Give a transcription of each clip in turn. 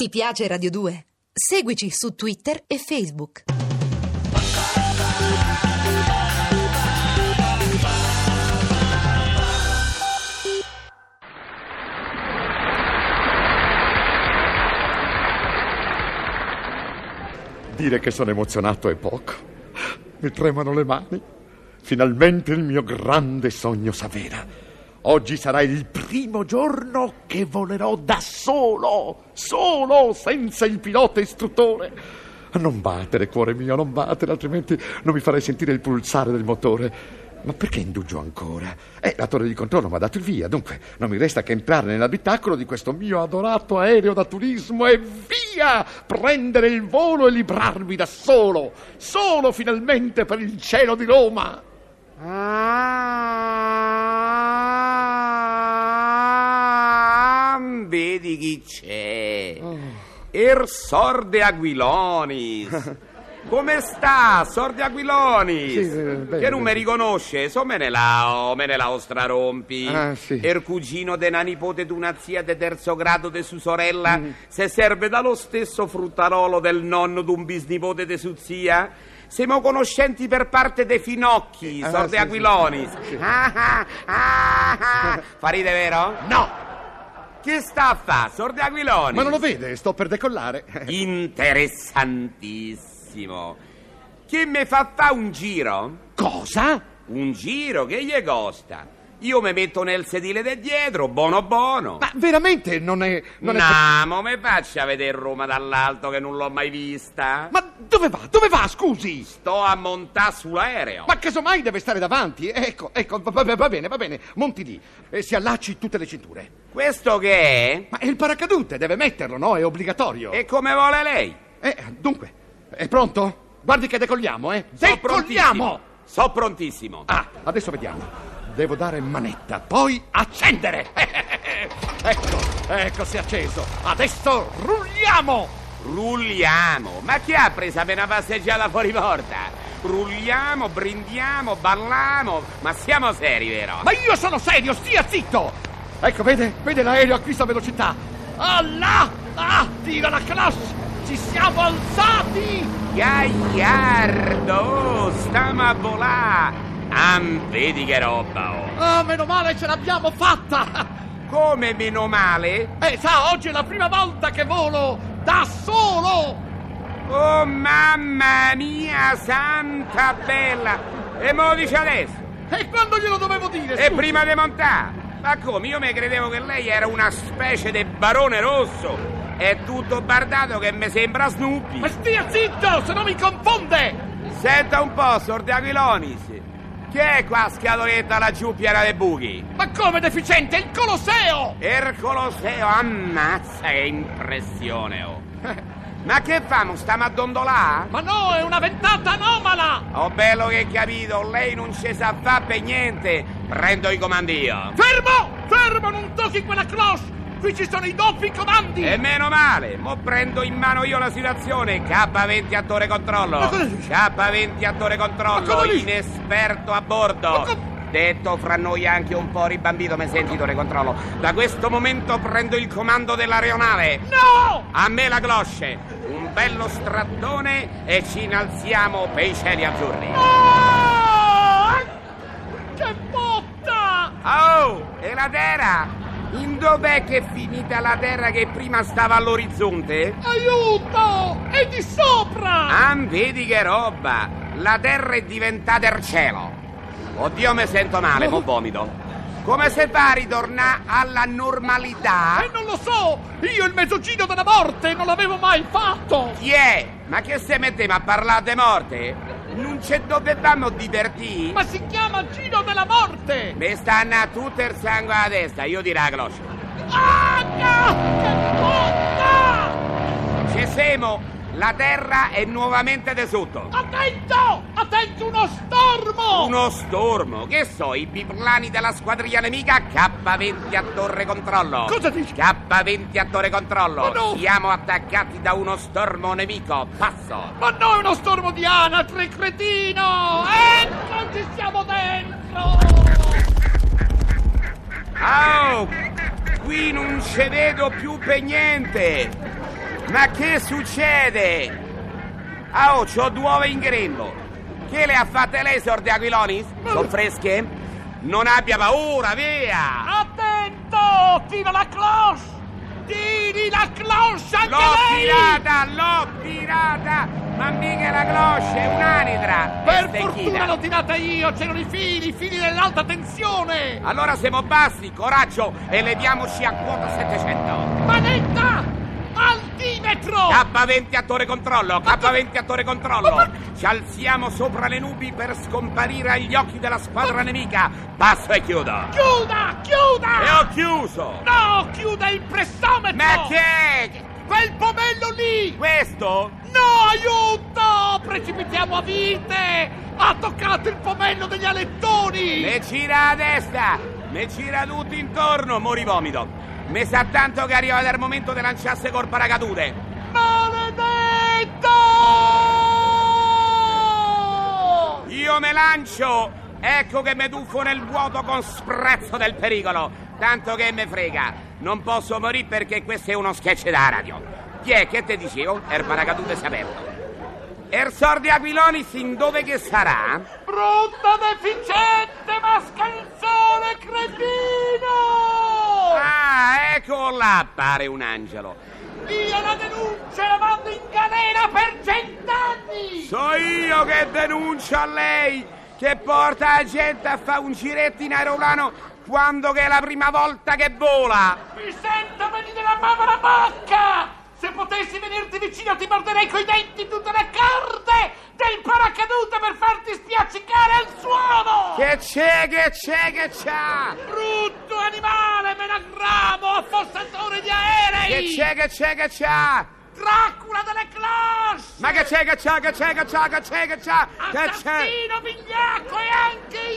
Ti piace Radio 2? Seguici su Twitter e Facebook. Dire che sono emozionato è poco. Mi tremano le mani. Finalmente il mio grande sogno s'avvera. Oggi sarà il primo giorno che volerò da solo, solo, senza il pilota istruttore. Non battere, cuore mio, non battere, altrimenti non mi farei sentire il pulsare del motore. Ma perché indugio ancora? Eh, la torre di controllo mi ha dato il via, dunque non mi resta che entrare nell'abitacolo di questo mio adorato aereo da turismo e via! Prendere il volo e librarmi da solo, solo finalmente per il cielo di Roma! Ah, vedi chi c'è. Oh. Er Sorde Aguilonis. Come sta, Sorde Aguilonis? Sì, eh, bene, che non mi bene. riconosce, so me ne lao, me ne lao strarompi. Ah, sì. Er cugino della nipote d'una zia de terzo grado de sua sorella, Mm. se serve dallo stesso fruttarolo del nonno d'un bisnipote de sua zia. Siamo conoscenti per parte dei finocchi, ah, Sorde sì, Aguilonis. Ah, ah, ah, ah. Farite vero? No! Che sta a fare, Sorde Aguilonis? Ma non lo vede, sto per decollare. Interessantissimo. Che mi fa fa un giro? Cosa? Un giro che gli costa? Io mi metto nel sedile di dietro, buono buono. Ma veramente non è. Non è... No, mo mi faccia vedere Roma dall'alto che non l'ho mai vista. Ma dove va? Dove va, scusi? Sto a montà sull'aereo. Ma casomai deve stare davanti. Ecco, ecco, va, va- va bene, va bene. Monti lì. E si allacci tutte le cinture. Questo che è? Ma è il paracadute, deve metterlo, no? È obbligatorio. E come vuole lei? Eh, dunque, è pronto? Guardi che decolliamo, eh? So decolliamo! prontissimo. So prontissimo. Ah, adesso vediamo. Devo dare manetta, poi accendere. ecco, ecco, si è acceso. Adesso rulliamo! Rulliamo! Ma chi ha presa per una passeggiata fuori porta? Rulliamo, brindiamo, ballamo, ma siamo seri, vero? Ma io sono serio, stia zitto! Ecco, vede? Vede l'aereo acquista velocità. Ah là! Ah! Tira la clash! Ci siamo alzati! Gagliardo, oh, stiamo a volà! Ah, vedi che roba, oh! Ah, meno male ce l'abbiamo fatta! Come meno male? Eh, sa, oggi è la prima volta che volo da solo! Oh, mamma mia, santa bella! E mo dice adesso, E quando glielo dovevo dire? e scusi? prima di montare! Ma come, io mi credevo che lei era una specie di barone rosso! È tutto bardato che mi sembra Snoopy! Ma stia zitto, se no mi confonde! Senta un po', Sordi Aquilonis. Che è qua scatoletta laggiù piena di buchi? Ma come deficiente, è il Colosseo! Ercolo Seo, ammazza che impressione, oh. Ma che famo, stiamo a dondolà? Ma no, è una ventata anomala! Oh, bello che hai capito, lei non ci sa fa per niente. Prendo i comandi io. Fermo! Fermo, non tocchi quella cloche! Qui ci sono i doppi comandi! E meno male, mo prendo in mano io la situazione. K20 attore controllo. Ma cosa dici? K20 attore Ma controllo, cosa dici? inesperto Ma a bordo. co- Detto fra noi anche un po' ribambito, mi senti attore controllo. Da questo momento prendo il comando dell'aeronave. No! A me la cloche, un bello strattone e ci innalziamo per i cieli azzurri. Ah! Che botta! Oh, e la terra? In dov'è che è finita la terra che prima stava all'orizzonte? Aiuto! È di sopra! Ah, vedi che roba! La terra è diventata il cielo! Oddio, mi sento male, No. con vomito. Come se fa a ritornare alla normalità? E non lo so! Io il mezzogino della morte non l'avevo mai fatto! Chi è? Ma che se metteva a parlare di morte? Non ci dovevamo divertire? Ma si chiama Gino della morte! Mi stanno tutto il sangue alla testa, io dirò la cloche. Ah, no! Che botta! Ci siamo! La terra è nuovamente di sotto! Attento! Attento uno stormo! Uno stormo, che so, i biplani della squadriglia nemica K20 a torre controllo. Cosa dici? K20 a torre controllo. Ma Oh, no! Siamo attaccati da uno stormo nemico. Passo. Ma no, è uno stormo di anatre, cretino! Ecco, ci siamo dentro! Oh, qui non ci vedo più per niente. Ma che succede? Ah, oh, c'ho due uova in grillo. Che le ha fatte lei, signor De Aquilonis? Sono fresche? Non abbia paura, Ah, via! Attento! Tira la cloche! Tiri la cloche anche L'ho lei! tirata, l'ho tirata! Ma mica la cloche, è un'anitra! è Per stecchita. fortuna l'ho tirata io! C'erano i fili, i fili dell'alta tensione! Allora siamo bassi, coraggio, eleviamoci a quota 700. Manetta! Altimetro! K20 attore controllo, K20 attore controllo. Ci alziamo sopra le nubi per scomparire agli occhi della squadra nemica. Passo e chiudo. Chiuda! Chiuda! E ho chiuso. No! Chiuda il pressometro! Ma che? Quel pomello lì! Questo? No, aiuto! Precipitiamo a vite! Ha toccato il pomello degli alettoni! Me gira a destra, me gira tutto intorno, mori vomito. Me sa tanto che arriva dal momento di lanciasse col paracadute. Maledetto! Io me lancio, ecco che me tuffo nel vuoto con sprezzo del pericolo. Tanto che me frega, non posso morire perché questo è uno sketch da radio. Chi è che te dicevo? Er paracadute si è aperto. Er sordi aquiloni sin dove che sarà? Brutto deficiente mascalzone cretino! Ah, ecco là appare un angelo. Via la denuncia e la mando in galera per cent'anni! So io che denuncio a lei che porta la gente a fare un giretto in aeroplano quando che è la prima volta che vola. Mi sento venire la mamma la bocca! Se potessi venirti vicino ti morderei coi denti tutte le corde del paracadute per farti spiaccicare al suolo! Che c'è, che c'è, che c'è? Brutto animale, menagramo, affossatore di Che aerei! c'è, che c'è, che c'è? Dracula delle cloche! Ma che c'è, che c'è, che c'è, che c'è, che c'è, che c'è? Che c'è? Assassino, vigliacco e anche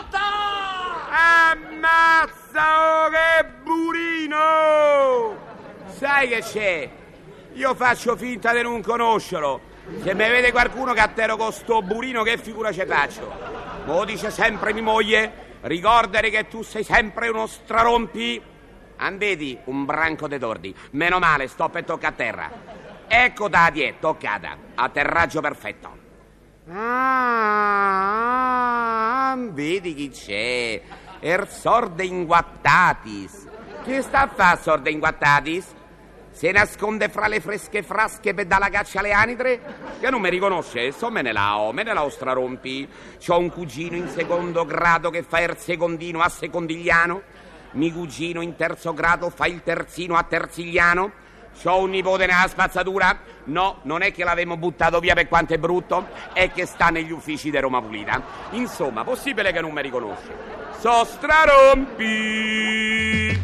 idiota! Ammazza, oh, che burino! Sai che c'è? Io faccio finta di non conoscerlo. Se mi vede qualcuno che attero con sto burino, che figura ci faccio? Lo dice sempre mia moglie, ricordare che tu sei sempre uno strarompi. Andedi, un branco de tordi. Meno male, stop e tocca a terra. Ecco da die, toccata. Atterraggio perfetto. Ah, ah, vedi chi c'è? Er sorde inguattatis. Che sta a fa sorde inguattatis? Se nasconde fra le fresche frasche per dalla caccia alle anidre? Che non mi riconosce, so me ne lao, me ne lao strarompi. C'ho un cugino in secondo grado che fa er secondino a secondigliano. Mi cugino in terzo grado fa il terzino a terzigliano. C'ho un nipote nella spazzatura? No, non è che l'avemo buttato via per quanto è brutto, è che sta negli uffici di Roma Pulita. Insomma, possibile che non mi riconosce. So strarompi!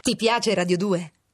Ti piace Radio 2?